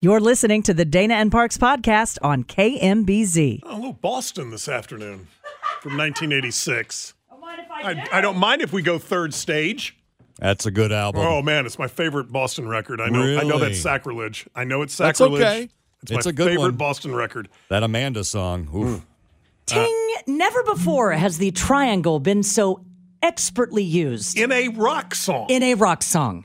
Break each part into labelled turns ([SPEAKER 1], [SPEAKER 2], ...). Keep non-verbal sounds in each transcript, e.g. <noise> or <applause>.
[SPEAKER 1] You're listening to the Dana and Parks podcast on KMBZ.
[SPEAKER 2] A little Boston this afternoon from 1986.
[SPEAKER 1] Mind if
[SPEAKER 2] I, I don't mind if we go third stage.
[SPEAKER 3] That's a good album.
[SPEAKER 2] Oh man, it's my favorite Boston record. I know. I know
[SPEAKER 3] Really?
[SPEAKER 2] that's sacrilege. I know it's
[SPEAKER 3] That's
[SPEAKER 2] sacrilege.
[SPEAKER 3] okay.
[SPEAKER 2] It's,
[SPEAKER 3] It's
[SPEAKER 2] my
[SPEAKER 3] a good
[SPEAKER 2] favorite Mm.
[SPEAKER 3] one.
[SPEAKER 2] Boston record.
[SPEAKER 3] That Amanda song. Oof.
[SPEAKER 1] Ting, never before has the triangle been so expertly used
[SPEAKER 2] In a rock song.
[SPEAKER 1] in a rock song.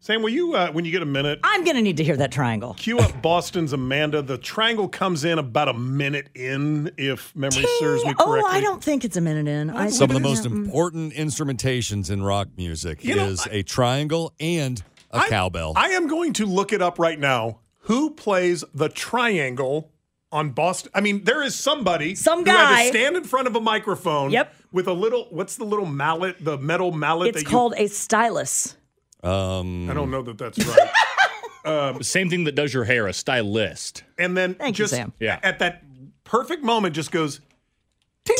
[SPEAKER 2] Sam, will you uh, when you get a minute,
[SPEAKER 1] I'm going to need to hear that triangle.
[SPEAKER 2] cue up Boston's Amanda. The triangle comes in about a minute in, if memory serves me correctly.
[SPEAKER 1] Oh, I don't think it's a minute in. I,
[SPEAKER 3] Some of the most important instrumentations in rock music
[SPEAKER 2] You know,
[SPEAKER 3] is a triangle and a
[SPEAKER 2] I-
[SPEAKER 3] cowbell.
[SPEAKER 2] I am going to look it up right now. Who plays the triangle on Boston? I mean, there is somebody,
[SPEAKER 1] Some
[SPEAKER 2] who had
[SPEAKER 1] guy.
[SPEAKER 2] to stand in front of a microphone.
[SPEAKER 1] Yep.
[SPEAKER 2] With a little, what's the little mallet? The metal mallet.
[SPEAKER 1] It's
[SPEAKER 2] that
[SPEAKER 1] called a stylus.
[SPEAKER 3] um,
[SPEAKER 2] You, I don't know that
[SPEAKER 1] <laughs>
[SPEAKER 2] that's right.
[SPEAKER 4] Same thing that does your hair, a stylist.
[SPEAKER 2] and then
[SPEAKER 1] Thank you,
[SPEAKER 2] just
[SPEAKER 1] Sam.
[SPEAKER 4] Yeah.
[SPEAKER 2] at that perfect moment, just goes, ting.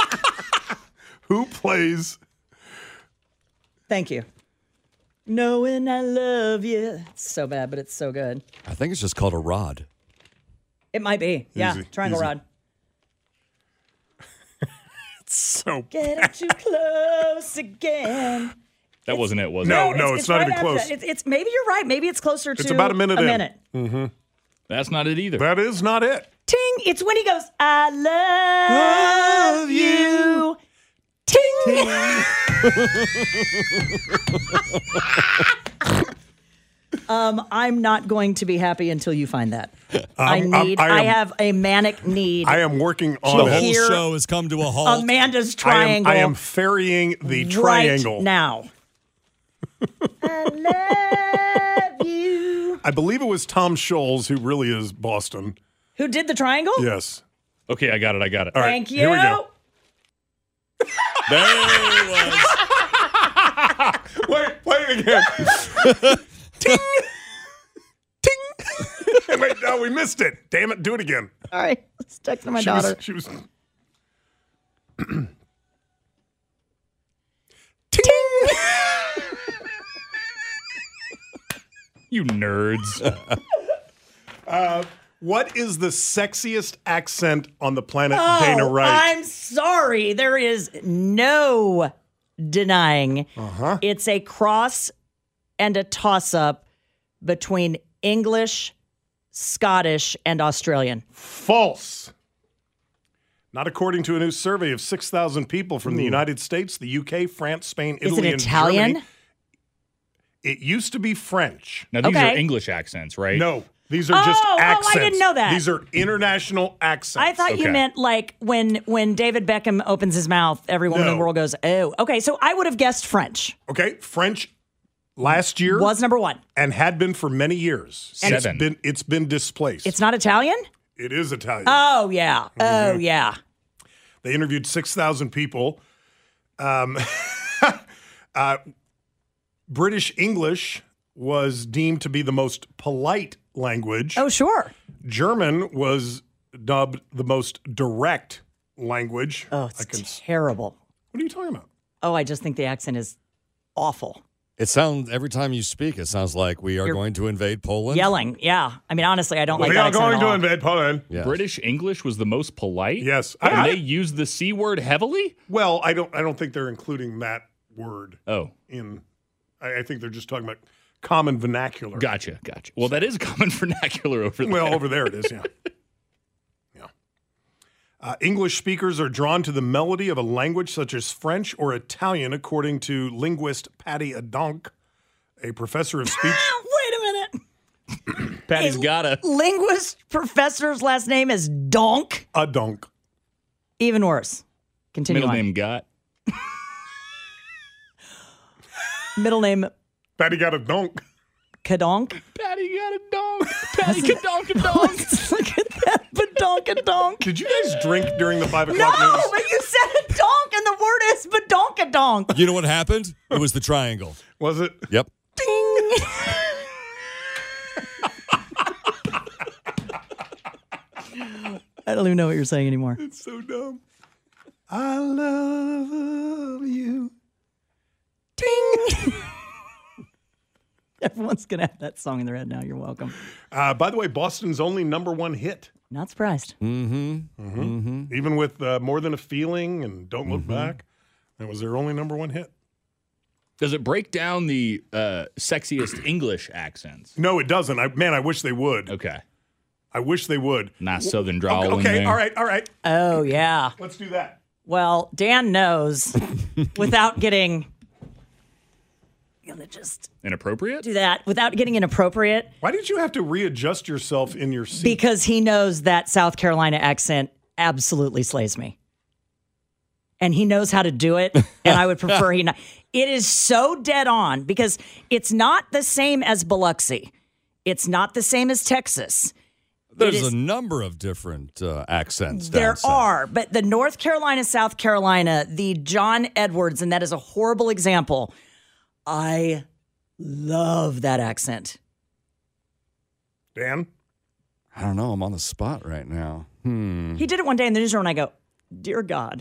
[SPEAKER 2] <laughs> Who plays?
[SPEAKER 1] Thank you. Knowing I love you. It's so bad, but it's so good.
[SPEAKER 3] I think it's just called a rod.
[SPEAKER 1] It might be. Yeah,
[SPEAKER 2] Easy,
[SPEAKER 1] triangle
[SPEAKER 2] easy.
[SPEAKER 1] rod.
[SPEAKER 2] So
[SPEAKER 1] Getting too close again.
[SPEAKER 4] That wasn't it, was
[SPEAKER 2] No.
[SPEAKER 4] it?
[SPEAKER 2] it's not
[SPEAKER 1] right
[SPEAKER 2] even
[SPEAKER 1] after
[SPEAKER 2] close.
[SPEAKER 1] that. It's, it's maybe you're right. Maybe it's closer to
[SPEAKER 2] about a minute
[SPEAKER 1] A
[SPEAKER 2] in.
[SPEAKER 1] minute.
[SPEAKER 4] That's not it either.
[SPEAKER 2] that is not it.
[SPEAKER 1] Ting! It's when he goes, I love, you. Ting! <laughs> um, I'm not going to be happy until you find that. I need,
[SPEAKER 2] Um,
[SPEAKER 1] I,
[SPEAKER 2] I am-
[SPEAKER 1] have a manic need.
[SPEAKER 2] I am working
[SPEAKER 3] The
[SPEAKER 2] on
[SPEAKER 3] whole
[SPEAKER 2] it.
[SPEAKER 1] Here-
[SPEAKER 3] show has come to a halt.
[SPEAKER 1] Amanda's
[SPEAKER 2] I am,
[SPEAKER 1] triangle.
[SPEAKER 2] I am ferrying the
[SPEAKER 1] right
[SPEAKER 2] triangle. <laughs>
[SPEAKER 1] now. I love you.
[SPEAKER 2] I believe it was Tom Scholes, who really is Boston.
[SPEAKER 1] Who did the triangle?
[SPEAKER 2] Yes.
[SPEAKER 4] Okay, I got it. I got it.
[SPEAKER 2] right,
[SPEAKER 1] Thank you.
[SPEAKER 2] here we go.
[SPEAKER 3] There it was.
[SPEAKER 2] <laughs> Wait, play it <laughs> again. Ting. Ting. <laughs> Wait, no, we missed it. Damn it, do it again.
[SPEAKER 1] All right, let's text my
[SPEAKER 2] She
[SPEAKER 1] daughter.
[SPEAKER 2] was, she was. Ting. <laughs>
[SPEAKER 4] You nerds.
[SPEAKER 2] What is the sexiest accent on the planet,
[SPEAKER 1] Oh,
[SPEAKER 2] Dana Wright?
[SPEAKER 1] I'm sorry. There is no denying. Uh-huh. It's a cross and a toss up between English, Scottish, and Australian.
[SPEAKER 2] False. Not according to a new survey of 6,000 people from the United States, the UK, France, Spain,
[SPEAKER 1] Is
[SPEAKER 2] Italy,
[SPEAKER 1] it
[SPEAKER 2] and
[SPEAKER 1] Italian?
[SPEAKER 2] Germany. It used to be French.
[SPEAKER 4] Now, these
[SPEAKER 1] Okay.
[SPEAKER 4] are English accents, right?
[SPEAKER 2] No, these are just
[SPEAKER 1] Oh, oh, I
[SPEAKER 2] accents.
[SPEAKER 1] didn't know that.
[SPEAKER 2] These are international accents.
[SPEAKER 1] I thought you
[SPEAKER 4] Okay.
[SPEAKER 1] meant like when when David Beckham opens his mouth, everyone in
[SPEAKER 2] No.
[SPEAKER 1] the world goes, "Oh, okay." So I would have guessed French
[SPEAKER 2] Okay, French last year
[SPEAKER 1] was number one.
[SPEAKER 2] and had been for many years.
[SPEAKER 4] And-
[SPEAKER 2] it's
[SPEAKER 4] Seven.
[SPEAKER 2] been it's been displaced.
[SPEAKER 1] It's not Italian.
[SPEAKER 2] it is Italian.
[SPEAKER 1] Oh yeah. Oh
[SPEAKER 2] Mm-hmm.
[SPEAKER 1] yeah.
[SPEAKER 2] They interviewed 6,000 people. Um, <laughs> uh, British English was deemed to be the most polite language.
[SPEAKER 1] Oh sure.
[SPEAKER 2] German was dubbed the most direct language.
[SPEAKER 1] Oh,
[SPEAKER 2] I
[SPEAKER 1] it's
[SPEAKER 2] can,
[SPEAKER 1] terrible.
[SPEAKER 2] what are you talking about?
[SPEAKER 1] Oh, I just think the accent is awful.
[SPEAKER 3] It sounds every time you speak, it sounds like we are going to invade Poland.
[SPEAKER 1] Yelling, yeah. I mean, honestly, I don't like
[SPEAKER 2] we
[SPEAKER 1] that
[SPEAKER 2] are
[SPEAKER 1] accent
[SPEAKER 2] going
[SPEAKER 1] at
[SPEAKER 2] to
[SPEAKER 1] all.
[SPEAKER 2] invade Poland.
[SPEAKER 3] Yes.
[SPEAKER 4] British English was the most polite.
[SPEAKER 2] Yes.
[SPEAKER 4] And
[SPEAKER 2] I- I-
[SPEAKER 4] they use the C word heavily?
[SPEAKER 2] Well, I don't. I don't think they're including that word
[SPEAKER 4] Oh,
[SPEAKER 2] in. I, I think they're just talking about common vernacular.
[SPEAKER 4] gotcha. Gotcha. Well, that is <laughs> common vernacular over there.
[SPEAKER 2] Well, over there it is. <laughs> Yeah. yeah. Uh, English speakers are drawn to the melody of a language such as French or Italian, according to linguist Patty Adonk, a professor of speech. <laughs>
[SPEAKER 1] Ah, <laughs> Wait a minute.
[SPEAKER 4] Patty's gotta.
[SPEAKER 1] Linguist professor's last name is Donk.
[SPEAKER 2] Adonk.
[SPEAKER 1] Even worse. Continue
[SPEAKER 4] Middle
[SPEAKER 1] on.
[SPEAKER 4] name got.
[SPEAKER 1] Middle name
[SPEAKER 2] Patty got a donk. <laughs>
[SPEAKER 1] Kadonk. <laughs>
[SPEAKER 4] Patty got a dog. Patty can donk a dog.
[SPEAKER 1] Look at that, badonkadonk.
[SPEAKER 2] Did you guys drink during the five
[SPEAKER 1] No,
[SPEAKER 2] o'clock news?
[SPEAKER 1] but you said a donk, and the word is
[SPEAKER 2] <laughs>
[SPEAKER 1] badonkadonk.
[SPEAKER 3] You know what happened? It was the triangle.
[SPEAKER 2] Was it?
[SPEAKER 3] Yep.
[SPEAKER 2] <laughs>
[SPEAKER 1] Ding. I don't even know what you're saying anymore.
[SPEAKER 2] It's so dumb. I love you.
[SPEAKER 1] <laughs> Ding. Everyone Someone's gonna have that song in their head now. You're welcome.
[SPEAKER 2] Uh, by the way, Boston's only number one hit,
[SPEAKER 1] Not surprised.
[SPEAKER 2] even with uh, More Than a Feeling and Don't
[SPEAKER 4] Mm-hmm.
[SPEAKER 2] Look Back, that was their only number one hit.
[SPEAKER 4] Does it break down the uh, sexiest English accents?
[SPEAKER 2] No, it doesn't. I, man, I wish they would.
[SPEAKER 4] Okay.
[SPEAKER 2] I wish they would.
[SPEAKER 4] Nice southern drawl.
[SPEAKER 2] okay,
[SPEAKER 4] in
[SPEAKER 2] okay
[SPEAKER 4] there.
[SPEAKER 2] all right, all right.
[SPEAKER 1] Oh yeah.
[SPEAKER 2] Let's do that.
[SPEAKER 1] Well, Dan knows without getting. Gonna just
[SPEAKER 4] Inappropriate?
[SPEAKER 1] do that without getting inappropriate
[SPEAKER 2] Why did you have to readjust yourself in your seat?
[SPEAKER 1] because he knows that South Carolina accent absolutely slays me. And he knows how to do it. And I would prefer he not. It is so dead on because it's not the same as Biloxi. It's not the same as Texas.
[SPEAKER 3] There's
[SPEAKER 1] is-
[SPEAKER 3] a number of different uh, accents. down
[SPEAKER 1] There
[SPEAKER 3] south.
[SPEAKER 1] are, but the North Carolina, South Carolina, the John Edwards, and that is a horrible example. I love that accent.
[SPEAKER 2] Dan?
[SPEAKER 3] I don't know. I'm on the spot right now. Hmm.
[SPEAKER 1] He did it one day in the newsroom, and I go, Dear
[SPEAKER 3] <laughs>
[SPEAKER 1] God,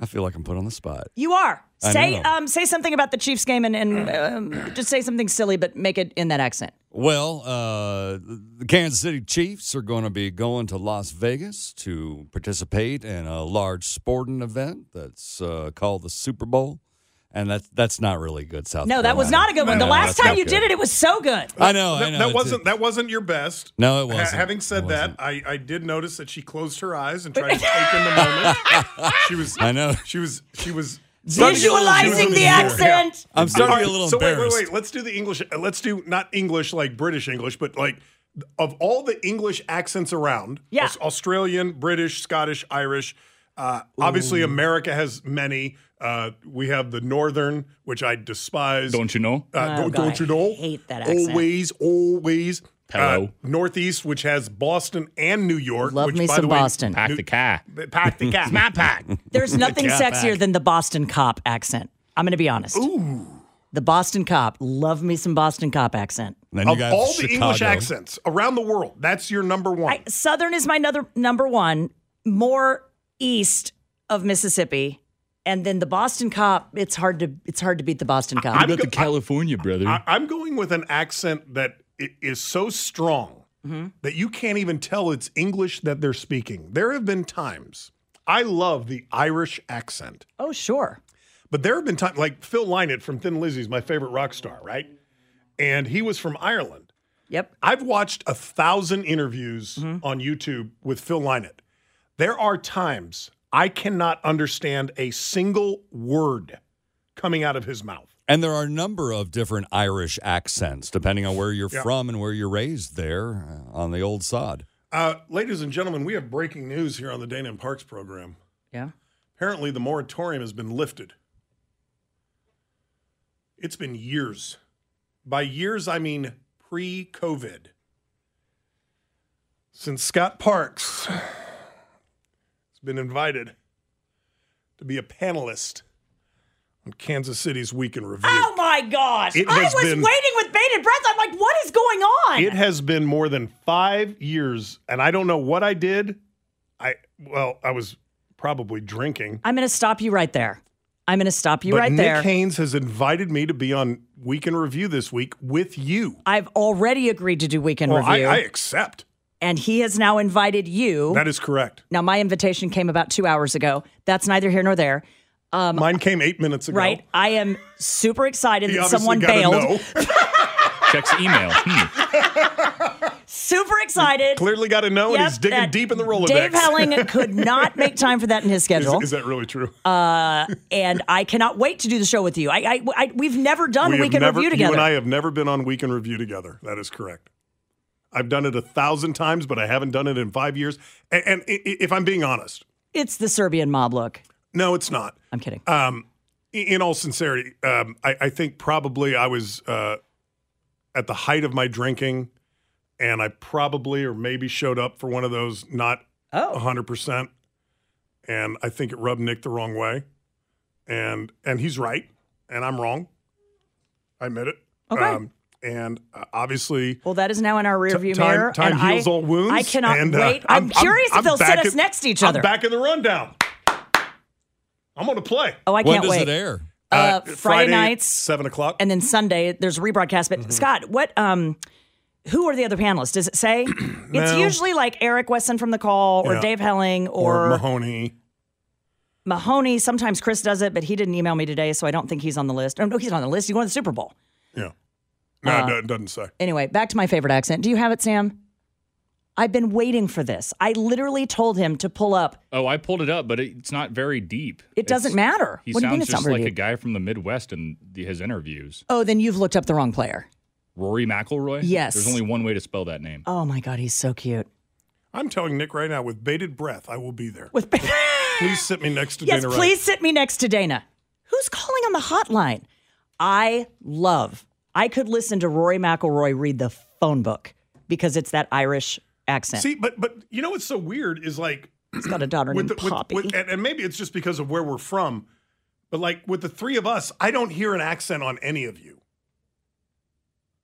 [SPEAKER 3] I feel like I'm put on the spot.
[SPEAKER 1] you are.
[SPEAKER 3] I
[SPEAKER 1] Say
[SPEAKER 3] know.
[SPEAKER 1] um, say something about the Chiefs game and, and um, just say something silly, but make it in that accent.
[SPEAKER 3] Well, uh, the Kansas City Chiefs are going to be going to Las Vegas to participate in a large sporting event that's uh, called the Super Bowl, and that's that's not really good South.
[SPEAKER 1] No, that was not a good one.
[SPEAKER 3] No,
[SPEAKER 1] The last
[SPEAKER 3] that's not
[SPEAKER 1] time you
[SPEAKER 3] good. Uh,
[SPEAKER 1] did it, it was so good.
[SPEAKER 3] I know. I
[SPEAKER 2] That,
[SPEAKER 3] know.
[SPEAKER 2] that
[SPEAKER 3] It's-
[SPEAKER 2] wasn't that wasn't your best.
[SPEAKER 3] No, it
[SPEAKER 2] Ha-
[SPEAKER 3] wasn't.
[SPEAKER 2] having said
[SPEAKER 3] It
[SPEAKER 2] that, I, I did notice that she closed her eyes and tried to
[SPEAKER 1] <laughs>
[SPEAKER 2] take in the moment. She was
[SPEAKER 3] I know.
[SPEAKER 2] She was she was
[SPEAKER 3] Starting to get a little
[SPEAKER 1] Visualizing the
[SPEAKER 3] embarrassed.
[SPEAKER 1] accent.
[SPEAKER 3] I'm starting to get a
[SPEAKER 2] All
[SPEAKER 3] little
[SPEAKER 2] right, so wait,
[SPEAKER 3] embarrassed.
[SPEAKER 2] wait, wait. Let's do the English. uh, Let's do not English like British English, but like of all the English accents around.
[SPEAKER 1] Yeah.
[SPEAKER 2] Aus- Australian, British, Scottish, Irish. Uh, obviously, America has many. Uh, we have the Northern, which I despise.
[SPEAKER 4] Don't you know?
[SPEAKER 2] Uh, don't,
[SPEAKER 1] Oh, God,
[SPEAKER 2] don't you
[SPEAKER 1] I
[SPEAKER 2] know?
[SPEAKER 1] hate that accent.
[SPEAKER 2] Always, always. uh,
[SPEAKER 4] Hello.
[SPEAKER 2] Northeast, which has Boston and New York.
[SPEAKER 1] Love
[SPEAKER 2] which,
[SPEAKER 1] me
[SPEAKER 2] by
[SPEAKER 1] some
[SPEAKER 2] the way,
[SPEAKER 1] Boston.
[SPEAKER 4] Pack the car.
[SPEAKER 2] Pack the cat.
[SPEAKER 4] My <laughs> pack.
[SPEAKER 3] <laughs>
[SPEAKER 1] There's nothing
[SPEAKER 3] Yeah,
[SPEAKER 1] sexier
[SPEAKER 3] back.
[SPEAKER 1] than the Boston cop accent. I'm going to be honest. Ooh. The Boston cop. Love me some Boston cop accent.
[SPEAKER 3] And then you
[SPEAKER 2] Of
[SPEAKER 3] got
[SPEAKER 2] all the English
[SPEAKER 3] Chicago.
[SPEAKER 2] accents around the world, that's your number one.
[SPEAKER 1] I, Southern is my nother, number one, more east of Mississippi. And then the Boston cop, it's hard to it's hard to beat the Boston cop.
[SPEAKER 4] What about the California, brother?
[SPEAKER 2] I, I'm going with an accent that i- is so strong
[SPEAKER 1] Mm-hmm.
[SPEAKER 2] that you can't even tell it's English that they're speaking. There have been times I love the Irish accent,
[SPEAKER 1] oh, sure.
[SPEAKER 2] but there have been times like Phil Lynott from Thin Lizzy's my favorite rock star, right? And he was from Ireland.
[SPEAKER 1] Yep.
[SPEAKER 2] I've watched a thousand interviews on YouTube with Phil Lynott. There are times I cannot understand a single word coming out of his mouth.
[SPEAKER 3] And there are a number of different Irish accents, depending on where you're
[SPEAKER 2] Yeah.
[SPEAKER 3] from and where you're raised there uh, on the old sod.
[SPEAKER 2] Uh, ladies and gentlemen, we have breaking news here on the Dana and Parks program.
[SPEAKER 1] Yeah.
[SPEAKER 2] Apparently, the moratorium has been lifted. It's been years. By years, I mean pre COVID. Since Scott Parks has been invited to be a panelist on Kansas City's Week in Review.
[SPEAKER 1] Oh my gosh.
[SPEAKER 2] It
[SPEAKER 1] I
[SPEAKER 2] has
[SPEAKER 1] was
[SPEAKER 2] been-
[SPEAKER 1] waiting with bated breath. I'm like, what is going on?
[SPEAKER 2] It has been more than five years, and I don't know what I did. I well, I was probably drinking.
[SPEAKER 1] I'm going to stop you right there. I'm going to stop you
[SPEAKER 2] but
[SPEAKER 1] right
[SPEAKER 2] Nick
[SPEAKER 1] there.
[SPEAKER 2] Haynes has invited me to be on Weekend Review this week with you.
[SPEAKER 1] I've already agreed to do weekend
[SPEAKER 2] Well, I,
[SPEAKER 1] review,
[SPEAKER 2] I accept.
[SPEAKER 1] and he has now invited you.
[SPEAKER 2] That is correct.
[SPEAKER 1] now, my invitation came about two hours ago. That's neither here nor there,
[SPEAKER 2] Mine came eight minutes ago.
[SPEAKER 1] Um, right? I am super excited
[SPEAKER 2] He
[SPEAKER 1] that
[SPEAKER 2] obviously
[SPEAKER 1] someone
[SPEAKER 2] got a
[SPEAKER 1] bailed.
[SPEAKER 2] no. <laughs> uh,
[SPEAKER 4] Checks email. Hmm.
[SPEAKER 1] Super excited.
[SPEAKER 2] Clearly got a no, and
[SPEAKER 1] Yep,
[SPEAKER 2] he's digging
[SPEAKER 1] that
[SPEAKER 2] deep in the Rolodex. <laughs>
[SPEAKER 1] Dave Helling could not make time for that in his schedule,
[SPEAKER 2] Is that really true?
[SPEAKER 1] and I cannot wait to do the show with you. I, I, I we've never done
[SPEAKER 2] we have
[SPEAKER 1] weekend
[SPEAKER 2] never,
[SPEAKER 1] review
[SPEAKER 2] You
[SPEAKER 1] together.
[SPEAKER 2] and I have never been on Weekend Review together. That is correct. I've done it a thousand times, but I haven't done it in five years. And, and i- i- if I'm being honest,
[SPEAKER 1] it's the Serbian mob look.
[SPEAKER 2] no, it's not.
[SPEAKER 1] I'm kidding.
[SPEAKER 2] Um, i- in all sincerity, um, I, I think probably I was uh, at the height of my drinking, and I probably or maybe showed up for one of those not
[SPEAKER 1] oh,
[SPEAKER 2] hundred percent, and I think it rubbed Nick the wrong way, and and he's right, and I'm wrong. I admit it. Um,
[SPEAKER 1] Okay.
[SPEAKER 2] and uh, obviously,
[SPEAKER 1] Well, that is now in our rearview
[SPEAKER 2] Ti- time-
[SPEAKER 1] mirror.
[SPEAKER 2] time
[SPEAKER 1] and
[SPEAKER 2] heals
[SPEAKER 1] I,
[SPEAKER 2] all wounds,
[SPEAKER 1] I cannot
[SPEAKER 2] and, uh,
[SPEAKER 1] wait. I'm,
[SPEAKER 2] I'm- I'm-
[SPEAKER 1] curious
[SPEAKER 2] I'm
[SPEAKER 1] if they'll
[SPEAKER 2] back
[SPEAKER 1] set us
[SPEAKER 2] in-
[SPEAKER 1] next to each
[SPEAKER 2] I'm
[SPEAKER 1] other.
[SPEAKER 2] back in the rundown. I'm back in the rundown. I'm gonna play.
[SPEAKER 1] Oh, I
[SPEAKER 3] when
[SPEAKER 1] can't
[SPEAKER 3] does
[SPEAKER 1] wait.
[SPEAKER 3] it air?
[SPEAKER 1] uh, Friday, nights,
[SPEAKER 2] seven o'clock.
[SPEAKER 1] and then Sunday there's a rebroadcast.
[SPEAKER 2] Mm-hmm.
[SPEAKER 1] But Scott, what um, who are the other panelists? Does it
[SPEAKER 2] <clears throat>
[SPEAKER 1] say? It's
[SPEAKER 2] No.
[SPEAKER 1] usually like Eric Wesson from the Call or
[SPEAKER 2] Yeah.
[SPEAKER 1] Dave Helling
[SPEAKER 2] or
[SPEAKER 1] or,
[SPEAKER 2] Mahoney.
[SPEAKER 1] Mahoney. Sometimes Chris does it, but he didn't email me today, so I don't think he's on the list. Oh, no, he's not on the list. He's going to the Super Bowl.
[SPEAKER 2] Yeah. No,
[SPEAKER 1] Uh,
[SPEAKER 2] it do- it doesn't say.
[SPEAKER 1] Anyway, back to my favorite accent. Do you have it, Sam? I've been waiting for this. I literally told him to pull up.
[SPEAKER 4] Oh, I pulled it up, but it, it's not very deep.
[SPEAKER 1] It doesn't
[SPEAKER 4] It's-
[SPEAKER 1] matter.
[SPEAKER 4] He
[SPEAKER 1] What do you mean
[SPEAKER 4] sounds
[SPEAKER 1] it's not
[SPEAKER 4] just
[SPEAKER 1] very
[SPEAKER 4] like a
[SPEAKER 1] deep?
[SPEAKER 4] guy from the Midwest in the, his interviews.
[SPEAKER 1] Oh, then you've looked up the wrong player.
[SPEAKER 4] Rory McIlroy.
[SPEAKER 1] Yes.
[SPEAKER 4] There's only one way to spell that name.
[SPEAKER 1] Oh my God, he's so cute.
[SPEAKER 2] I'm telling Nick right now, with bated breath, I will be there.
[SPEAKER 1] With
[SPEAKER 2] Please sit me next to
[SPEAKER 1] <laughs> yes,
[SPEAKER 2] Dana Wright.
[SPEAKER 1] please sit me next to Dana. Who's calling on the hotline? I love. I could listen to Rory McIlroy read the phone book because it's that Irish accent.
[SPEAKER 2] See, but but you know what's so weird is like
[SPEAKER 1] He's got a daughter named
[SPEAKER 2] with,
[SPEAKER 1] Poppy.
[SPEAKER 2] with and, and maybe it's just because of where we're from, but like with the three of us, I don't hear an accent on any of you.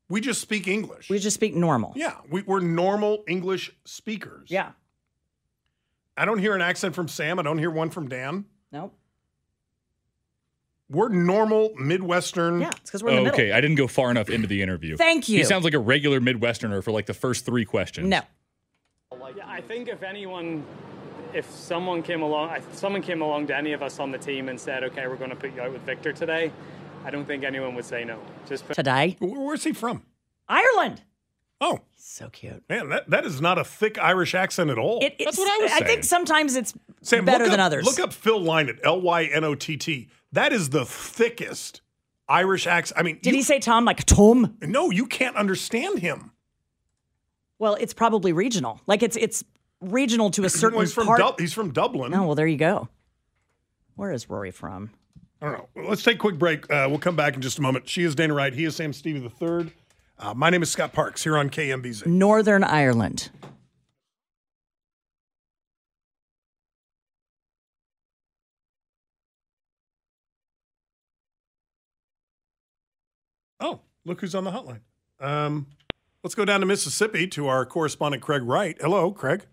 [SPEAKER 2] We just speak English.
[SPEAKER 1] we just speak normal.
[SPEAKER 2] yeah, we, we're normal English speakers.
[SPEAKER 1] Yeah.
[SPEAKER 2] I don't hear an accent from Sam. I don't hear one from Dan.
[SPEAKER 1] Nope.
[SPEAKER 2] We're normal Midwestern.
[SPEAKER 1] Yeah. It's because we're in
[SPEAKER 4] Oh,
[SPEAKER 1] the middle.
[SPEAKER 4] okay, I didn't go far enough into the interview.
[SPEAKER 1] Thank you.
[SPEAKER 4] He sounds like a regular Midwesterner for like the first three questions.
[SPEAKER 1] No.
[SPEAKER 5] Yeah, I think if anyone, if someone came along, if someone came along to any of us on the team and said, "Okay, we're going to put you out with Victor today," I don't think anyone would say no. Just
[SPEAKER 1] Today,
[SPEAKER 2] Where, where's he from?
[SPEAKER 1] Ireland.
[SPEAKER 2] Oh
[SPEAKER 1] So cute.
[SPEAKER 2] man, that, that is not a thick Irish accent at all.
[SPEAKER 1] It, it's-
[SPEAKER 4] That's what I was
[SPEAKER 1] think
[SPEAKER 4] saying.
[SPEAKER 1] sometimes it's
[SPEAKER 2] Sam,
[SPEAKER 1] better
[SPEAKER 2] look
[SPEAKER 1] than
[SPEAKER 2] up-
[SPEAKER 1] others.
[SPEAKER 2] Look up Phil Lynott, L Y N O T T. That is the thickest Irish accent. I mean,
[SPEAKER 1] Did
[SPEAKER 2] you-
[SPEAKER 1] he say Tom like Tom?
[SPEAKER 2] no, you can't understand him.
[SPEAKER 1] Well, it's probably regional. Like it's it's regional to a certain
[SPEAKER 2] Well, he's from
[SPEAKER 1] part.
[SPEAKER 2] Dub- he's from Dublin.
[SPEAKER 1] Oh well, there you go. Where is Rory from?
[SPEAKER 2] I don't know. Well, Let's take a quick break. Uh, we'll come back in just a moment. She is Dana Wright. He is Sam Stevie III. Uh, my name is Scott Parks here on KMBZ.
[SPEAKER 1] Northern Ireland.
[SPEAKER 2] Oh, look who's on the hotline. Um, let's go down to Mississippi to our correspondent Craig Wright. Hello, Craig.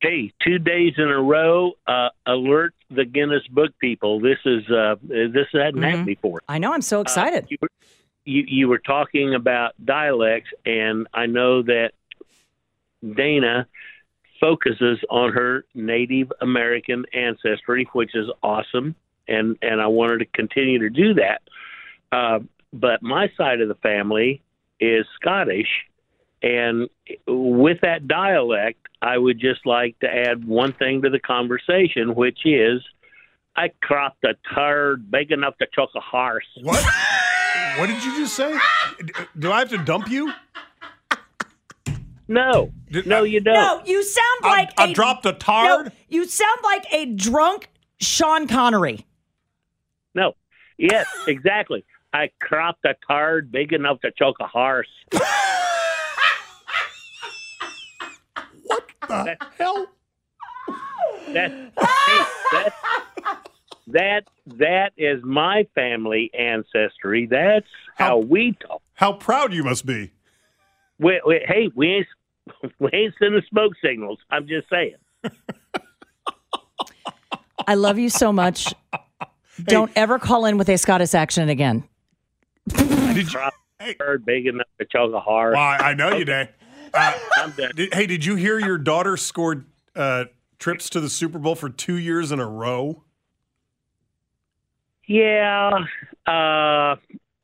[SPEAKER 6] Hey, two days in a row, uh, alert the Guinness Book people. This is uh, this hadn't happened before.
[SPEAKER 1] I know. I'm so excited.
[SPEAKER 6] You were, you, you were talking about dialects, and I know that Dana focuses on her Native American ancestry, which is awesome, and and I wanted to continue to do that. Uh, but my side of the family is Scottish, and with that dialect, I would just like to add one thing to the conversation, which is. I cropped a turd big enough to choke a horse.
[SPEAKER 2] What? what did you just say? D- Do I have to dump you?
[SPEAKER 6] No,
[SPEAKER 2] Did-
[SPEAKER 6] no, you don't.
[SPEAKER 1] no, you sound like
[SPEAKER 2] I,
[SPEAKER 1] a
[SPEAKER 2] I dropped a
[SPEAKER 1] no,
[SPEAKER 2] tard.
[SPEAKER 1] you sound like a drunk Sean Connery.
[SPEAKER 6] No. Yes, exactly. I cropped a card big enough to choke a horse.
[SPEAKER 2] What the hell?
[SPEAKER 6] That, hey, that, that, that is my family ancestry. That's how we talk.
[SPEAKER 2] How proud you must be.
[SPEAKER 6] We, we, hey, we ain't, <laughs> we ain't sending smoke signals. I'm just saying.
[SPEAKER 1] I love you so
[SPEAKER 6] <laughs>
[SPEAKER 1] much. Don't ever call in with a Scottish accent again.
[SPEAKER 2] Did you?
[SPEAKER 6] Cropped
[SPEAKER 2] Hey.
[SPEAKER 6] a card big enough to choke a horse.
[SPEAKER 2] Well, I I know you did. Uh,
[SPEAKER 6] I'm done.
[SPEAKER 2] did- hey, did you hear your daughter scored uh, trips to the Super Bowl for two years in a row?
[SPEAKER 6] Yeah, uh,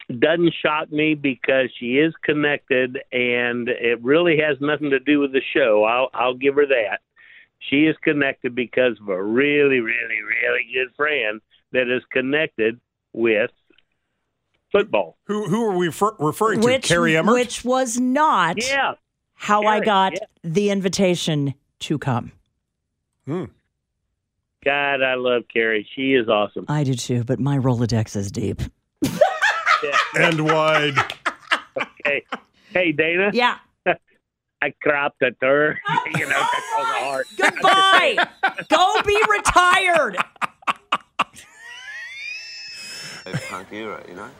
[SPEAKER 6] doesn't shock me because she is connected, and it really has nothing to do with the show. I'll, I'll give her that. She is connected because of a really, really, really good friend that is connected with football.
[SPEAKER 2] Who who are we fer- referring to?
[SPEAKER 1] Which
[SPEAKER 2] Carrie Emmert.
[SPEAKER 1] which was not
[SPEAKER 6] Yeah,
[SPEAKER 1] how I
[SPEAKER 6] Carrie,
[SPEAKER 1] got
[SPEAKER 6] yeah.
[SPEAKER 1] the invitation to come.
[SPEAKER 6] God, I love Carrie. She is
[SPEAKER 1] <laughs>
[SPEAKER 6] awesome.
[SPEAKER 1] I do too, but my Rolodex is deep.
[SPEAKER 2] and wide.
[SPEAKER 6] Hey, hey, Dana,
[SPEAKER 1] Yeah.
[SPEAKER 6] I cropped a turd. <laughs> you know, that's
[SPEAKER 1] <laughs>
[SPEAKER 6] all the Oh, heart. <laughs>
[SPEAKER 1] Goodbye. Go be retired.
[SPEAKER 7] a punk era, you know?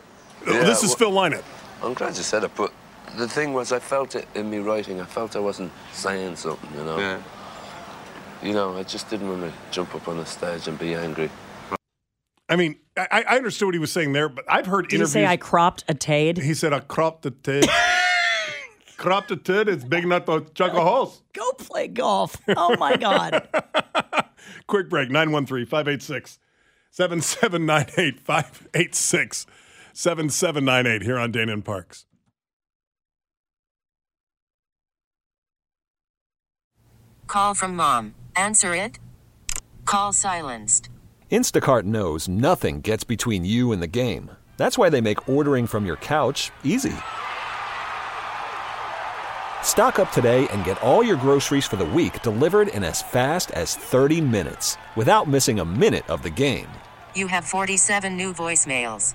[SPEAKER 2] this
[SPEAKER 7] Yeah,
[SPEAKER 2] is
[SPEAKER 7] wh-
[SPEAKER 2] Phil Lynott.
[SPEAKER 7] I'm glad you said it, but the thing was, I felt it in me writing. I felt I wasn't saying something, you know? You know, I just didn't want to jump up on a stage and be angry.
[SPEAKER 2] I mean, I, I understood what he was saying there, but I've heard
[SPEAKER 1] Did you
[SPEAKER 2] interviews.
[SPEAKER 1] say I cropped a Tade?
[SPEAKER 2] he said, I cropped
[SPEAKER 1] <laughs>
[SPEAKER 2] the tit. cropped the tit is big nut but chuck a holes.
[SPEAKER 1] Go play golf. Oh my
[SPEAKER 6] <laughs>
[SPEAKER 1] God.
[SPEAKER 2] Quick break 913 586 7798 586 7798 here on Dana and Parks.
[SPEAKER 8] Call from mom. Answer it. Call silenced.
[SPEAKER 9] Instacart knows nothing gets between you and the game. That's why they make ordering from your couch easy. Stock up today and get all your groceries for the week delivered in as fast as 30 minutes without missing a minute of the game.
[SPEAKER 8] You have 47 new voicemails.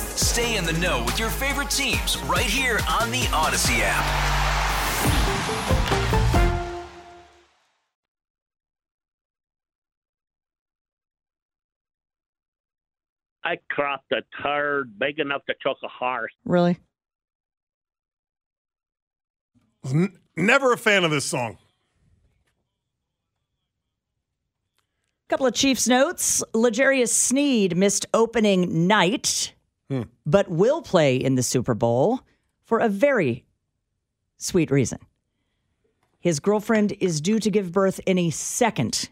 [SPEAKER 10] Stay in the know with your favorite teams right here on the Odyssey app.
[SPEAKER 6] I cropped the turd big enough to choke a horse.
[SPEAKER 1] Really?
[SPEAKER 2] Was n- never a fan of this song.
[SPEAKER 1] Couple of Chiefs notes. Legarius Sneed missed opening night, but will play in the Super Bowl for a very sweet reason. His girlfriend is due to give birth any second.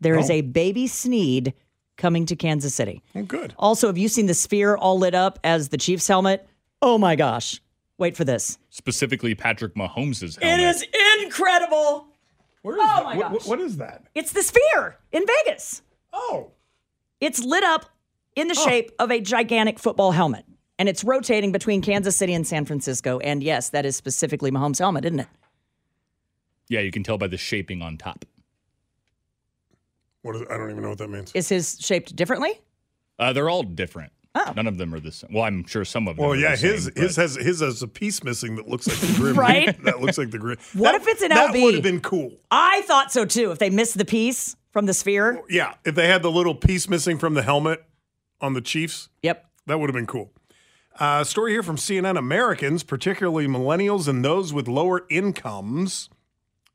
[SPEAKER 1] There is a baby Sneed coming to Kansas City.
[SPEAKER 2] Well, good.
[SPEAKER 1] Also, have you seen the sphere all lit up as the Chiefs helmet? Oh my gosh. Wait for this.
[SPEAKER 4] Specifically, Patrick Mahomes'
[SPEAKER 1] It
[SPEAKER 4] helmet.
[SPEAKER 1] is incredible.
[SPEAKER 2] Where is
[SPEAKER 1] Oh,
[SPEAKER 2] that?
[SPEAKER 1] my
[SPEAKER 2] What-
[SPEAKER 1] gosh.
[SPEAKER 2] what is that?
[SPEAKER 1] It's the sphere in Vegas.
[SPEAKER 2] Oh,
[SPEAKER 1] It's lit up in the shape of a gigantic football helmet. And it's rotating between Kansas City and San Francisco. And yes, that is specifically Mahomes' helmet, isn't it?
[SPEAKER 4] Yeah, you can tell by the shaping on top.
[SPEAKER 2] what is, I don't even know what that means.
[SPEAKER 1] Is his shaped differently?
[SPEAKER 4] Uh, they're all different.
[SPEAKER 1] Oh.
[SPEAKER 4] None of them are the same. Well, I'm sure some of them.
[SPEAKER 2] Well,
[SPEAKER 4] are
[SPEAKER 2] yeah,
[SPEAKER 4] the same,
[SPEAKER 2] his
[SPEAKER 4] but-
[SPEAKER 2] his has his has a piece missing that looks like the
[SPEAKER 1] <laughs>
[SPEAKER 2] grim.
[SPEAKER 1] Right?
[SPEAKER 2] That looks like the grim.
[SPEAKER 1] <laughs> What
[SPEAKER 2] That-
[SPEAKER 1] if it's an
[SPEAKER 2] that
[SPEAKER 1] LB?
[SPEAKER 2] That would have been cool.
[SPEAKER 1] I thought so too. If they missed the piece from the sphere.
[SPEAKER 2] Yeah, if they had the little piece missing from the helmet on the Chiefs,
[SPEAKER 1] Yep.
[SPEAKER 2] that would have been cool. Uh, story here from CNN: Americans, particularly millennials and those with lower incomes,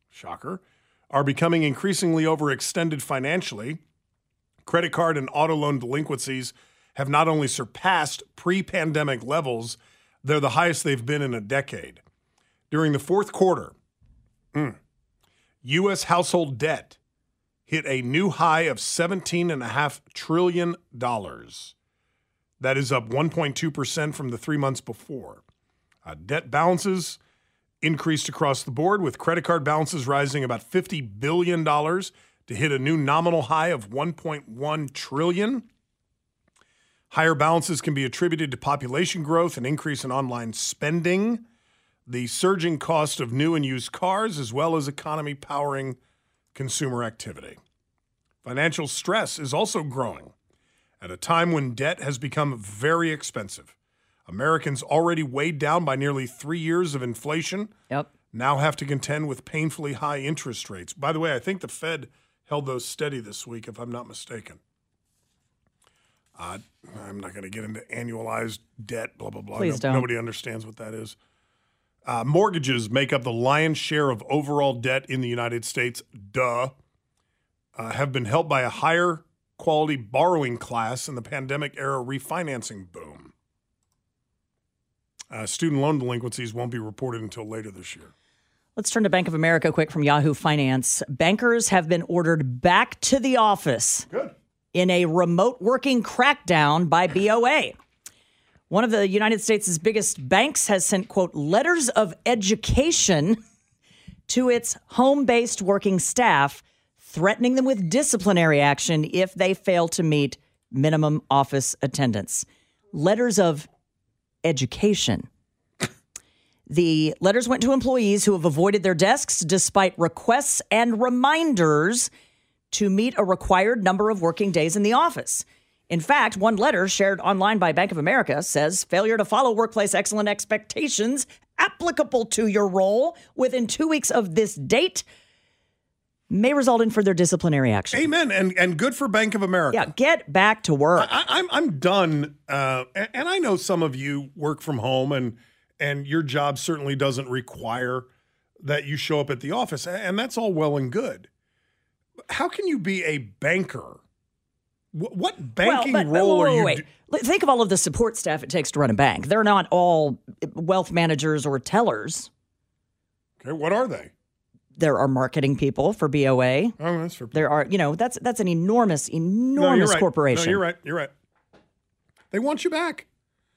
[SPEAKER 2] shocker, are becoming increasingly overextended financially. Credit card and auto loan delinquencies have not only surpassed pre-pandemic levels; they're the highest they've been in a decade. During the fourth quarter, mm, U.S. household debt hit a new high of $17.5 trillion. That is up 1.2% from the three months before. Uh, debt balances increased across the board, with credit card balances rising about $50 billion to hit a new nominal high of $1.1 trillion. Higher balances can be attributed to population growth, an increase in online spending, the surging cost of new and used cars, as well as economy powering consumer activity. Financial stress is also growing at a time when debt has become very expensive. Americans already weighed down by nearly three years of inflation
[SPEAKER 1] Yep.
[SPEAKER 2] now have to contend with painfully high interest rates. By the way, I think the Fed held those steady this week, if I'm not mistaken. Uh, I'm not going to get into annualized debt, blah, blah, blah.
[SPEAKER 1] Please don't.
[SPEAKER 2] Nobody understands what that is. Uh, mortgages make up the lion's share of overall debt in the United States. Duh. Uh, have been helped by a higher quality borrowing class in the pandemic era refinancing boom. Uh, student loan delinquencies won't be reported until later this year.
[SPEAKER 1] Let's turn to Bank of America quick from Yahoo Finance. Bankers have been ordered back to the office
[SPEAKER 2] Good.
[SPEAKER 1] in a remote working crackdown by BOA. One of the United States' biggest banks has sent, quote, letters of education to its home based working staff, threatening them with disciplinary action if they fail to meet minimum office attendance. Letters of education. The letters went to employees who have avoided their desks despite requests and reminders to meet a required number of working days in the office. In fact, one letter shared online by Bank of America says failure to follow workplace excellent expectations applicable to your role within two weeks of this date may result in further disciplinary action.
[SPEAKER 2] Amen. And and good for Bank of America.
[SPEAKER 1] Yeah, get back to work.
[SPEAKER 2] I, I'm I'm done, uh, and, and I know some of you work from home, and and your job certainly doesn't require that you show up at the office, a- and that's all well and good. But How can you be a banker? Wh- What banking
[SPEAKER 1] well, but, but
[SPEAKER 2] role
[SPEAKER 1] wait, wait,
[SPEAKER 2] are you?
[SPEAKER 1] wait.
[SPEAKER 2] do-
[SPEAKER 1] L- Think of all of the support staff it takes to run a bank. They're not all wealth managers or tellers.
[SPEAKER 2] okay, what are they?
[SPEAKER 1] There are marketing people for BOA.
[SPEAKER 2] Oh, that's for
[SPEAKER 1] There are, you know, that's that's an enormous,
[SPEAKER 2] No, you're
[SPEAKER 1] enormous
[SPEAKER 2] right.
[SPEAKER 1] corporation.
[SPEAKER 2] No, you're right. You're right. They want you back.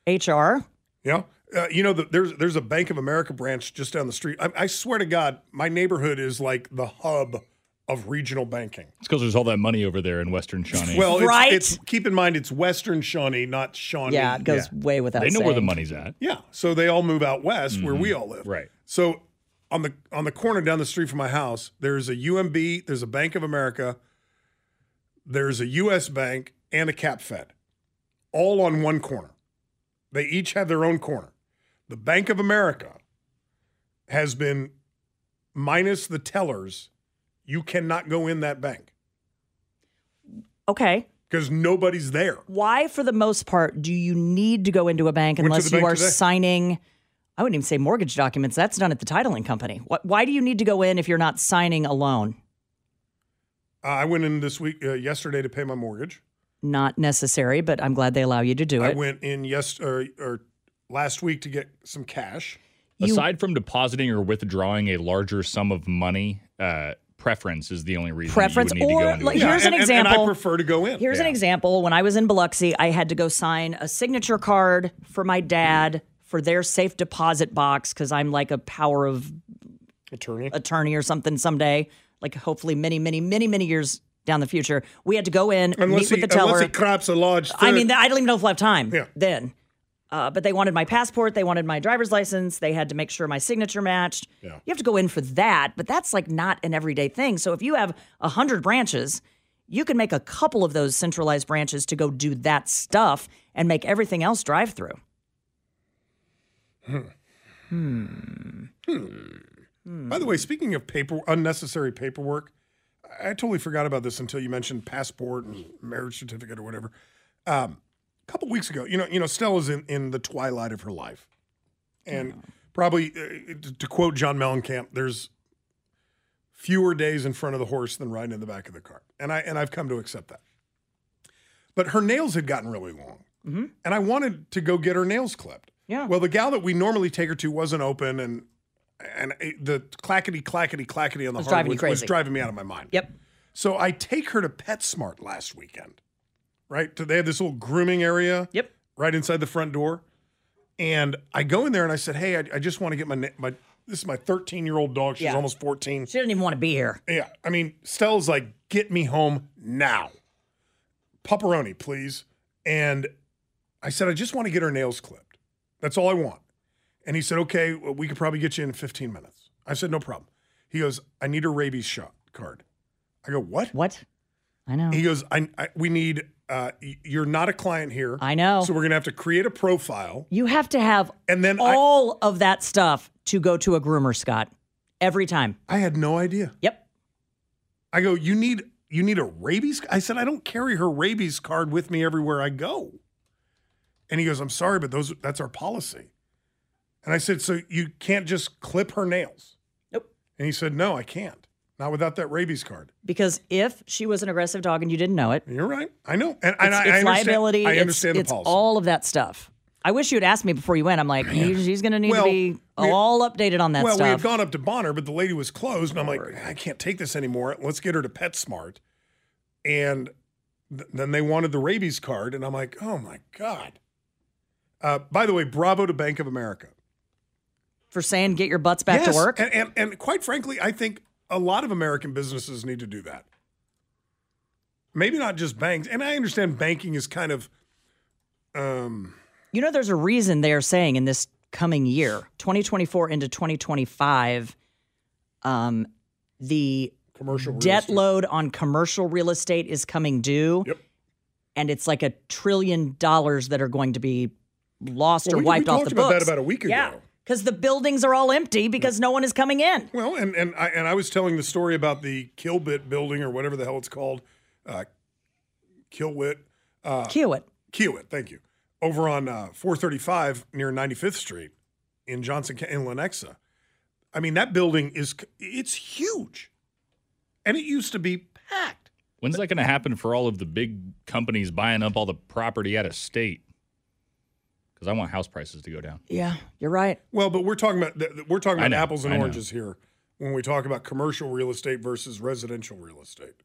[SPEAKER 1] HR.
[SPEAKER 2] Yeah. Uh, you know, the, there's there's a Bank of America branch just down the street. I, I swear to God, my neighborhood is like the hub of regional banking.
[SPEAKER 4] It's because there's all that money over there in
[SPEAKER 1] <laughs>
[SPEAKER 4] Western Shawnee.
[SPEAKER 2] Well, it's,
[SPEAKER 1] Right?
[SPEAKER 2] it's keep in mind it's Western Shawnee, not Shawnee.
[SPEAKER 1] Yeah, it goes way without
[SPEAKER 4] they know where the
[SPEAKER 1] saying.
[SPEAKER 4] money's at.
[SPEAKER 2] Yeah. So they all move out west where we all live.
[SPEAKER 4] Right.
[SPEAKER 2] So on the on the corner down the street from my house, there's a UMB, there's a Bank of America, there's a US Bank, and a Cap Fed. All on one corner. They each have their own corner. The Bank of America has been minus the tellers, you cannot go in that bank
[SPEAKER 1] Okay.
[SPEAKER 2] because nobody's there.
[SPEAKER 1] Why, for the most part, do you need to go into a bank
[SPEAKER 2] Went to
[SPEAKER 1] unless
[SPEAKER 2] the
[SPEAKER 1] you
[SPEAKER 2] bank
[SPEAKER 1] are
[SPEAKER 2] today.
[SPEAKER 1] signing? I wouldn't even say mortgage documents. That's done at the titling company. What, why do you need to go in if you're not signing a loan?
[SPEAKER 2] Uh, I went in this week uh, yesterday to pay my mortgage.
[SPEAKER 1] Not necessary, but I'm glad they allow you to do
[SPEAKER 2] I
[SPEAKER 1] it.
[SPEAKER 2] went in yes or, or last week to get some cash.
[SPEAKER 1] You-
[SPEAKER 4] Aside from depositing or withdrawing a larger sum of money, uh, preference is the only reason
[SPEAKER 1] Preference
[SPEAKER 4] you would need
[SPEAKER 1] or,
[SPEAKER 4] to go into a
[SPEAKER 1] like,
[SPEAKER 4] bank.
[SPEAKER 1] Here's an
[SPEAKER 2] and, and- And, I
[SPEAKER 1] example.
[SPEAKER 2] prefer to go in.
[SPEAKER 1] Here's an
[SPEAKER 4] Yeah.
[SPEAKER 1] example. When I was in Biloxi, I had to go sign a signature card for my dad for their safe deposit box because I'm like a power of
[SPEAKER 2] Attorney.
[SPEAKER 1] attorney or something someday, like hopefully many, many, many, many years down the future. We had to go in,
[SPEAKER 2] Unless
[SPEAKER 1] meet
[SPEAKER 2] he,
[SPEAKER 1] with the teller.
[SPEAKER 2] unless he craps a large
[SPEAKER 1] I mean,
[SPEAKER 2] third.
[SPEAKER 1] I don't even know if we'll have time
[SPEAKER 2] Yeah.
[SPEAKER 1] then. Uh, but they wanted my passport. They wanted my driver's license. They had to make sure my signature matched.
[SPEAKER 2] Yeah.
[SPEAKER 1] You have to go in for that, but that's like not an everyday thing. So if you have a hundred branches, you can make a couple of those centralized branches to go do that stuff and make everything else drive through.
[SPEAKER 2] By the way, speaking of paper, unnecessary paperwork, I I totally forgot about this until you mentioned passport and marriage certificate or whatever. Um, a couple weeks ago, you know, you know, Stella's in, in the twilight of her life, and probably uh, to- to quote John Mellencamp, "There's fewer days in front of the horse than riding in the back of the cart," and I and I've come to accept that. But her nails had gotten really long, and I wanted to go get her nails clipped.
[SPEAKER 1] Yeah.
[SPEAKER 2] Well, the gal that we normally take her to wasn't open, and and it- the clackety clackety clackety on the
[SPEAKER 1] Was
[SPEAKER 2] hardwood
[SPEAKER 1] driving you
[SPEAKER 2] was
[SPEAKER 1] crazy.
[SPEAKER 2] driving me out of my mind.
[SPEAKER 1] Yep.
[SPEAKER 2] So I take her to PetSmart last weekend, right? So They have this little grooming area
[SPEAKER 1] Yep.
[SPEAKER 2] right inside the front door, and I go in there and I said, "Hey, I, I just want to get my na- my this is my 13 year old dog. She's
[SPEAKER 1] Yeah.
[SPEAKER 2] almost 14.
[SPEAKER 1] She didn't even want to be here.
[SPEAKER 2] Yeah, I mean, Stell's like, get me home now. Pepperoni, please. And I said, I just want to get her nails clipped. That's all I want. And he said, okay, well, we could probably get you in 15 minutes. I said, no problem. He goes, I need a rabies shot card. I go, what?
[SPEAKER 1] What? I know.
[SPEAKER 2] He goes, I, I we need, uh, y- you're not a client here.
[SPEAKER 1] I know.
[SPEAKER 2] So we're going to have to create a profile.
[SPEAKER 1] You have to have
[SPEAKER 2] And then I,
[SPEAKER 1] all of that stuff to go to a groomer, Scott. Every time.
[SPEAKER 2] I had no idea.
[SPEAKER 1] Yep.
[SPEAKER 2] I go, you need you need a rabies. c-" I said, I don't carry her rabies card with me everywhere I go. And he goes, I'm sorry, but those that's our policy. And I said, so you can't just clip her nails.
[SPEAKER 1] Nope.
[SPEAKER 2] And he said, no, I can't. Not without that rabies card.
[SPEAKER 1] Because if she was an aggressive dog and you didn't know it,
[SPEAKER 2] And you're right. I know. And, and
[SPEAKER 1] it's,
[SPEAKER 2] I, I
[SPEAKER 1] it's
[SPEAKER 2] understand,
[SPEAKER 1] liability.
[SPEAKER 2] I
[SPEAKER 1] it's-
[SPEAKER 2] understand
[SPEAKER 1] it's
[SPEAKER 2] the policy.
[SPEAKER 1] all of that stuff. I wish you had asked me before you went. I'm like, he- he's going to need
[SPEAKER 2] Well,
[SPEAKER 1] to be
[SPEAKER 2] we-
[SPEAKER 1] all updated on that
[SPEAKER 2] well, we had
[SPEAKER 1] stuff.
[SPEAKER 2] gone up to Bonner, but the lady was closed, and I'm like, I can't take this anymore. Let's get her to PetSmart. And th- then they wanted the rabies card, and I'm like, oh my god. Uh, by the way, bravo to Bank of America.
[SPEAKER 1] for saying, get your butts back
[SPEAKER 2] Yes,
[SPEAKER 1] to work.
[SPEAKER 2] And, and and quite frankly, I think a lot of American businesses need to do that. Maybe not just banks, and I understand banking is kind of, um,
[SPEAKER 1] You know, there's a reason they are saying in this coming year, 2024 into 2025, um, the
[SPEAKER 2] commercial real
[SPEAKER 1] debt
[SPEAKER 2] estate.
[SPEAKER 1] load on commercial real estate is coming due.
[SPEAKER 2] Yep.
[SPEAKER 1] and it's like a trillion dollars that are going to be lost
[SPEAKER 2] Well,
[SPEAKER 1] or
[SPEAKER 2] we- we
[SPEAKER 1] wiped off
[SPEAKER 2] talked
[SPEAKER 1] the
[SPEAKER 2] about
[SPEAKER 1] books.
[SPEAKER 2] that about a week
[SPEAKER 1] Yeah,
[SPEAKER 2] ago.
[SPEAKER 1] because the buildings are all empty because no one is coming in.
[SPEAKER 2] Well, and and I and I was telling the story about the Kilbit building or whatever the hell it's called, uh, Kilwit. Uh,
[SPEAKER 1] Kiewit.
[SPEAKER 2] Kiewit, thank you. Over on uh, 435 near 95th Street in Johnson County, in Lenexa. I mean, that building is c- it's huge, and it used to be packed.
[SPEAKER 4] When's that going to happen for all of the big companies buying up all the property out of state? Because I want house prices to go down.
[SPEAKER 1] Yeah, you're right.
[SPEAKER 2] Well, but we're talking about th- th- we're talking
[SPEAKER 4] I
[SPEAKER 2] about
[SPEAKER 4] know,
[SPEAKER 2] apples and
[SPEAKER 4] I know.
[SPEAKER 2] oranges here when we talk about commercial real estate versus residential real estate.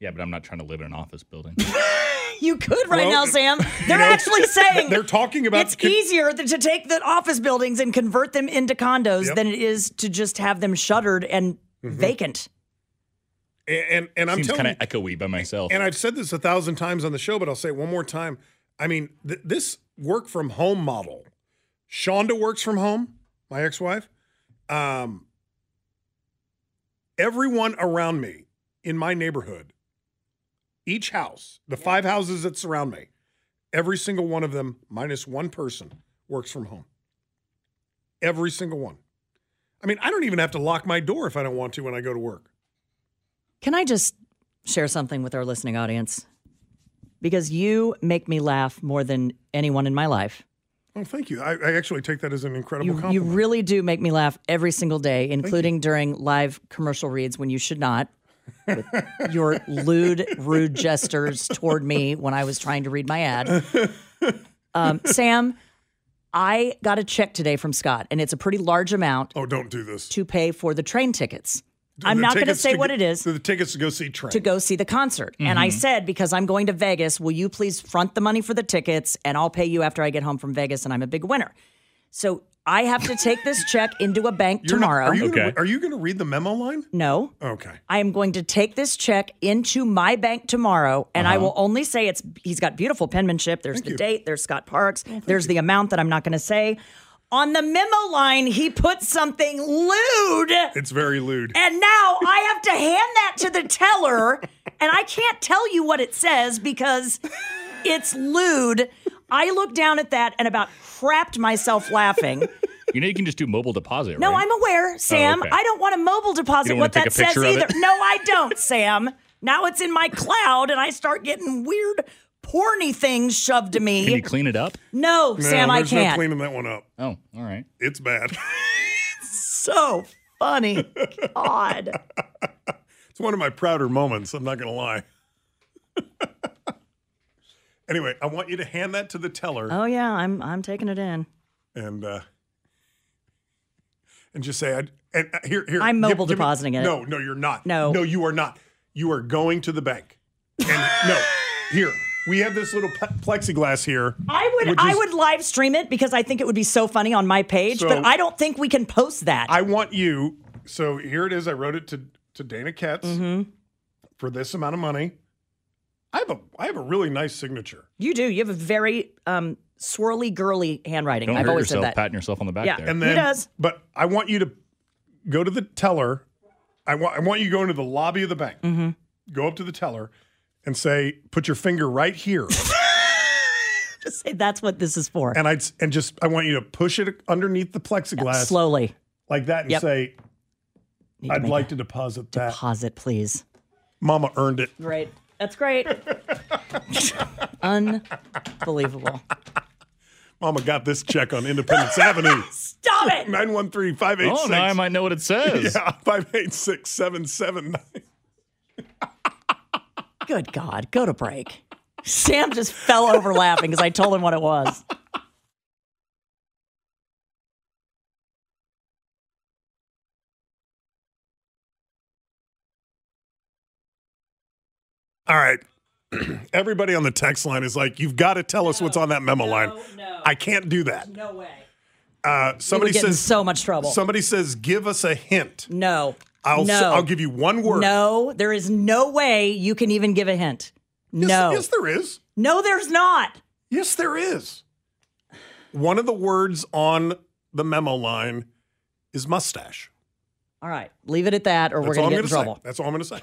[SPEAKER 4] Yeah, but I'm not trying to live in an office building.
[SPEAKER 1] You could right now,
[SPEAKER 2] Well,
[SPEAKER 1] Sam. They're
[SPEAKER 2] know,
[SPEAKER 1] actually saying
[SPEAKER 2] <laughs> They're talking about
[SPEAKER 1] it's easier th- to take the office buildings and convert them into condos
[SPEAKER 2] Yep. Mm-hmm.
[SPEAKER 1] than it is to just have them shuttered and vacant.
[SPEAKER 2] and and, and I'm
[SPEAKER 4] Seems
[SPEAKER 2] telling
[SPEAKER 4] kind of
[SPEAKER 2] you,
[SPEAKER 4] echoey by myself.
[SPEAKER 2] and I've said this a thousand times on the show, but I'll say it one more time. I mean, th- this work from home model. Shonda works from home, my ex-wife. Um, everyone around me in my neighborhood, each house, the five houses that surround me, every single one of them, minus one person, works from home. Every single one. I mean, I don't even have to lock my door if I don't want to when I go to work.
[SPEAKER 1] Can I just share something with our listening audience? Because you make me laugh more than anyone in my life.
[SPEAKER 2] Oh, thank you. I, I actually take that as an incredible
[SPEAKER 1] You,
[SPEAKER 2] compliment.
[SPEAKER 1] you really do make me laugh every single day, including during live commercial reads when you should not. With your lewd, rude gestures toward me when I was trying to read my ad. Um, Sam, I got a check today from Scott, and it's a pretty large amount
[SPEAKER 2] Oh, don't do this.
[SPEAKER 1] to pay for the train tickets.
[SPEAKER 2] The
[SPEAKER 1] I'm not going to
[SPEAKER 2] tickets
[SPEAKER 1] say
[SPEAKER 2] go-
[SPEAKER 1] what it is
[SPEAKER 2] The tickets to go see Train.
[SPEAKER 1] to go see the concert. And I
[SPEAKER 2] Mm-hmm.
[SPEAKER 4] Mhm.
[SPEAKER 1] said, because I'm going to Vegas, will you please front the money for the tickets and I'll pay you after I get home from Vegas and I'm a big winner. So I have to take
[SPEAKER 2] <laughs>
[SPEAKER 1] this check into a bank
[SPEAKER 2] You're not-
[SPEAKER 1] tomorrow.
[SPEAKER 2] are you gonna,
[SPEAKER 4] Okay.
[SPEAKER 2] are you going to read the memo line?
[SPEAKER 1] no.
[SPEAKER 2] Okay.
[SPEAKER 1] I am going to take this check into my bank tomorrow, and I will only say it's. He's got beautiful penmanship. There's
[SPEAKER 2] Uh-huh. Thank
[SPEAKER 1] the
[SPEAKER 2] you.
[SPEAKER 1] date. There's Scott Parks. there's the amount that I'm not going to say. On the memo line, he put something lewd.
[SPEAKER 2] It's very lewd.
[SPEAKER 1] And now I have to hand that to the teller, and I can't tell you what it says because it's lewd. I looked down at that and about crapped myself laughing.
[SPEAKER 4] you know, you can just do mobile deposit,
[SPEAKER 1] No,
[SPEAKER 4] right? Oh,
[SPEAKER 1] I'm aware, Sam.
[SPEAKER 4] okay.
[SPEAKER 1] I don't want a mobile deposit.
[SPEAKER 4] You don't
[SPEAKER 1] what
[SPEAKER 4] wanna take
[SPEAKER 1] that
[SPEAKER 4] a
[SPEAKER 1] says
[SPEAKER 4] picture of
[SPEAKER 1] either.
[SPEAKER 4] it?
[SPEAKER 1] No, I don't, Sam. Now it's in my cloud, and I start getting weird, porny things shoved to
[SPEAKER 4] Can
[SPEAKER 1] me.
[SPEAKER 4] you clean it up?
[SPEAKER 1] no,
[SPEAKER 2] No,
[SPEAKER 1] Sam, I
[SPEAKER 2] there's no
[SPEAKER 1] can't.
[SPEAKER 2] cleaning that one up.
[SPEAKER 4] Oh, all right.
[SPEAKER 2] It's bad. <laughs>
[SPEAKER 1] so funny. God.
[SPEAKER 2] it's one of my prouder moments. I'm not going to lie. <laughs> anyway, I want you to hand that to the teller
[SPEAKER 1] <laughs> Oh yeah, I'm I'm taking it in.
[SPEAKER 2] and uh, and just say, I, and uh, here, here.
[SPEAKER 1] I'm
[SPEAKER 2] give-
[SPEAKER 1] mobile
[SPEAKER 2] give me-
[SPEAKER 1] depositing it.
[SPEAKER 2] No, no, you're not.
[SPEAKER 1] No.
[SPEAKER 2] no, you are not. You are going to the bank. And no,
[SPEAKER 1] <laughs>
[SPEAKER 2] here we have this little pe- plexiglass here.
[SPEAKER 1] I would
[SPEAKER 2] which
[SPEAKER 1] I
[SPEAKER 2] is-
[SPEAKER 1] would live stream it because I think it would be so funny on my page,
[SPEAKER 2] So-
[SPEAKER 1] but I don't think we can post that.
[SPEAKER 2] I want you. So here it is. I wrote it to to Dana Katz
[SPEAKER 1] Mm-hmm.
[SPEAKER 2] for this amount of money. I have a I have a really nice signature.
[SPEAKER 1] you do. You have a very um, swirly, girly handwriting.
[SPEAKER 4] Don't
[SPEAKER 1] I've
[SPEAKER 4] hurt
[SPEAKER 1] always
[SPEAKER 4] yourself
[SPEAKER 1] said that.
[SPEAKER 4] patting yourself on the back
[SPEAKER 1] Yeah.
[SPEAKER 4] there.
[SPEAKER 2] And
[SPEAKER 1] He
[SPEAKER 2] then
[SPEAKER 1] does.
[SPEAKER 2] but I want you to go to the teller. I want I want you to go into the lobby of the bank.
[SPEAKER 1] Mm-hmm.
[SPEAKER 2] Go up to the teller and say, "Put your finger
[SPEAKER 1] <laughs>
[SPEAKER 2] right here."
[SPEAKER 1] Just <laughs> say that's what this is for.
[SPEAKER 2] and I'd s- and just I want you to push it underneath the plexiglass
[SPEAKER 1] Slowly.
[SPEAKER 2] like that and
[SPEAKER 1] Yep.
[SPEAKER 2] say,
[SPEAKER 1] Need to
[SPEAKER 2] "I'd
[SPEAKER 1] make
[SPEAKER 2] like
[SPEAKER 1] a
[SPEAKER 2] to deposit that."
[SPEAKER 1] deposit, please.
[SPEAKER 2] Mama earned it.
[SPEAKER 1] Great. That's great. Unbelievable.
[SPEAKER 2] Mama got this check on Independence Avenue.
[SPEAKER 1] Stop it.
[SPEAKER 2] 913 586
[SPEAKER 4] oh,
[SPEAKER 2] <laughs>
[SPEAKER 4] now I might know what it says.
[SPEAKER 2] Yeah, five eight six seven seven nine.
[SPEAKER 1] Good God. Go to break. Sam just fell over laughing because I told him what it was.
[SPEAKER 2] All right. <clears throat> Everybody on the text line is like, you've got to tell us what's on that memo line.
[SPEAKER 1] no.
[SPEAKER 2] I can't do that.
[SPEAKER 1] No way.
[SPEAKER 2] Uh,
[SPEAKER 1] Somebody we
[SPEAKER 2] somebody
[SPEAKER 1] were getting
[SPEAKER 2] says.
[SPEAKER 1] so much trouble.
[SPEAKER 2] somebody says, give us a hint.
[SPEAKER 1] no.
[SPEAKER 2] I'll
[SPEAKER 1] no.
[SPEAKER 2] s- I'll give you one word.
[SPEAKER 1] No, there is no way you can even give a hint.
[SPEAKER 2] Yes,
[SPEAKER 1] No.
[SPEAKER 2] Yes, there is.
[SPEAKER 1] No, there's not.
[SPEAKER 2] Yes, there is. One of the words on the memo line is mustache.
[SPEAKER 1] All right, leave it at that, or
[SPEAKER 2] That's
[SPEAKER 1] we're
[SPEAKER 2] all I'm
[SPEAKER 1] going to get in
[SPEAKER 2] gonna say.
[SPEAKER 1] trouble.
[SPEAKER 2] That's all I'm going to say.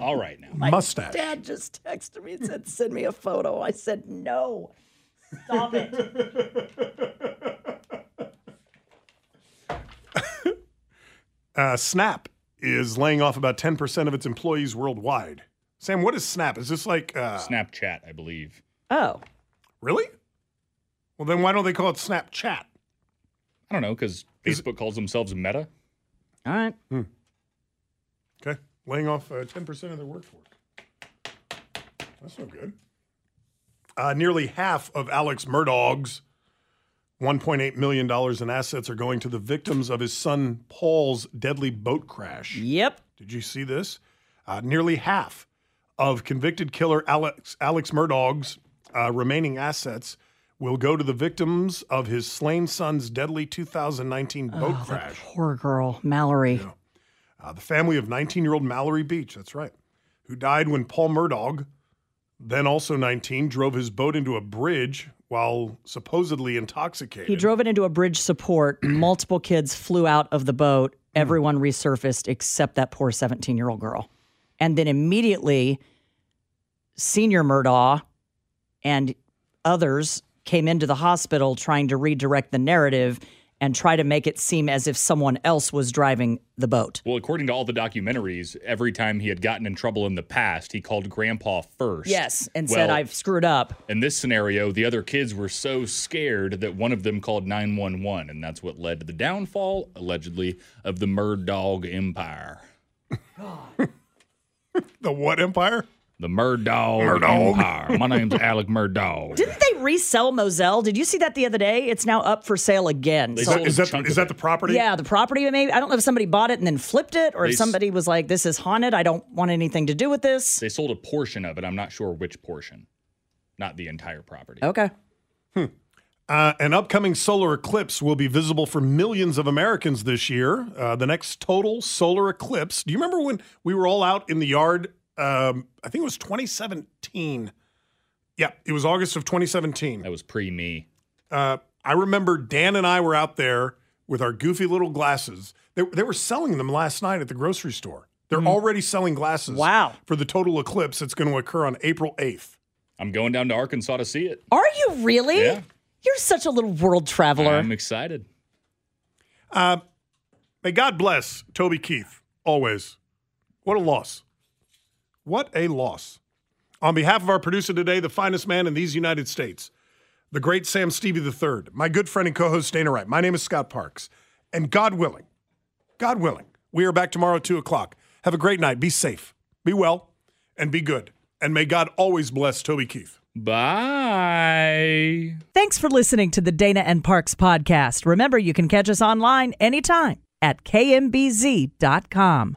[SPEAKER 4] All right now.
[SPEAKER 1] My
[SPEAKER 2] Mustache.
[SPEAKER 1] Dad just texted me and said, "Send me a photo." I said, "No, stop it."
[SPEAKER 2] Uh, Snap is laying off about 10% of its employees worldwide. Sam, what is Snap? Is this like. Uh,
[SPEAKER 4] Snapchat, I believe.
[SPEAKER 1] <laughs> Oh,
[SPEAKER 2] Really? Well, then why don't they call it Snapchat?
[SPEAKER 4] I don't know because Facebook calls themselves Meta.
[SPEAKER 1] all right.
[SPEAKER 2] Okay. Laying off uh, 10% of their workforce. That's no good. Uh, nearly half of Alex Murdagh's $1.8 million in assets are going to the victims of his son Paul's deadly boat crash.
[SPEAKER 1] Yep.
[SPEAKER 2] Did you see this? Uh, nearly half of convicted killer Alex, Alex Murdagh's uh, remaining assets will go to the victims of his slain son's deadly 2019
[SPEAKER 4] Oh,
[SPEAKER 2] boat crash.
[SPEAKER 1] Poor girl, Mallory.
[SPEAKER 2] Uh, the family of 19 year old Mallory Beach, that's right, who died when Paul Murdaugh, then also 19, drove his boat into a bridge while supposedly intoxicated.
[SPEAKER 1] He drove it into a bridge support. <clears throat> Multiple kids flew out of the boat. Everyone resurfaced except that poor 17 year old girl. And then immediately, Senior Murdaugh and others came into the hospital trying to redirect the narrative and try to make it seem as if someone else was driving the boat.
[SPEAKER 4] Well, according to all the documentaries, every time he had gotten in trouble in the past, he called Grandpa first.
[SPEAKER 1] Yes, and
[SPEAKER 4] Well,
[SPEAKER 1] said, I've screwed up.
[SPEAKER 4] In this scenario, the other kids were so scared that one of them called 911, and that's what led to the downfall, allegedly, of the Murd Dog Empire.
[SPEAKER 2] the what empire?
[SPEAKER 4] The Murd Dog
[SPEAKER 2] Murdog.
[SPEAKER 1] <laughs>
[SPEAKER 4] Empire. My name's Alec Murd Dog.
[SPEAKER 1] Didn't they resell Moselle? Did you see that the other day? It's now up for sale again.
[SPEAKER 4] They
[SPEAKER 1] So-
[SPEAKER 4] sold
[SPEAKER 2] Is
[SPEAKER 4] a
[SPEAKER 2] that,
[SPEAKER 4] chunk
[SPEAKER 2] is
[SPEAKER 4] of
[SPEAKER 2] that
[SPEAKER 4] it.
[SPEAKER 2] the property?
[SPEAKER 1] Yeah, the property maybe. I don't know if somebody bought it and then flipped it or
[SPEAKER 4] They
[SPEAKER 1] if
[SPEAKER 4] s-
[SPEAKER 1] somebody was like, this is haunted. I don't want anything to do with this.
[SPEAKER 4] They sold a portion of it. I'm not sure which portion, not the entire property.
[SPEAKER 1] Okay.
[SPEAKER 2] Uh, an upcoming solar eclipse will be visible for millions of Americans this year. Uh, the next total solar eclipse. Do you remember when we were all out in the yard? Um, I think it was 2017. Yeah, it was August of 2017.
[SPEAKER 4] That was pre me.
[SPEAKER 2] uh, I remember Dan and I were out there with our goofy little glasses. They, they were selling them last night at the grocery store. They're already selling glasses.
[SPEAKER 1] Wow.
[SPEAKER 2] For the total eclipse that's going to occur on April 8th.
[SPEAKER 4] I'm going down to Arkansas to see it.
[SPEAKER 1] Are you really?
[SPEAKER 4] Yeah.
[SPEAKER 1] You're such a little world traveler.
[SPEAKER 4] I'm excited.
[SPEAKER 2] Uh, may God bless Toby Keith always. What a loss. What a loss. On behalf of our producer today, the finest man in these United States, the great Sam Stevie III, my good friend and co host Dana Wright, my name is Scott Parks. And God willing, God willing, we are back tomorrow at 2 o'clock. Have a great night. Be safe, be well, and be good. And may God always bless Toby Keith.
[SPEAKER 4] Bye.
[SPEAKER 1] Thanks for listening to the Dana and Parks podcast. Remember, you can catch us online anytime at kmbz.com.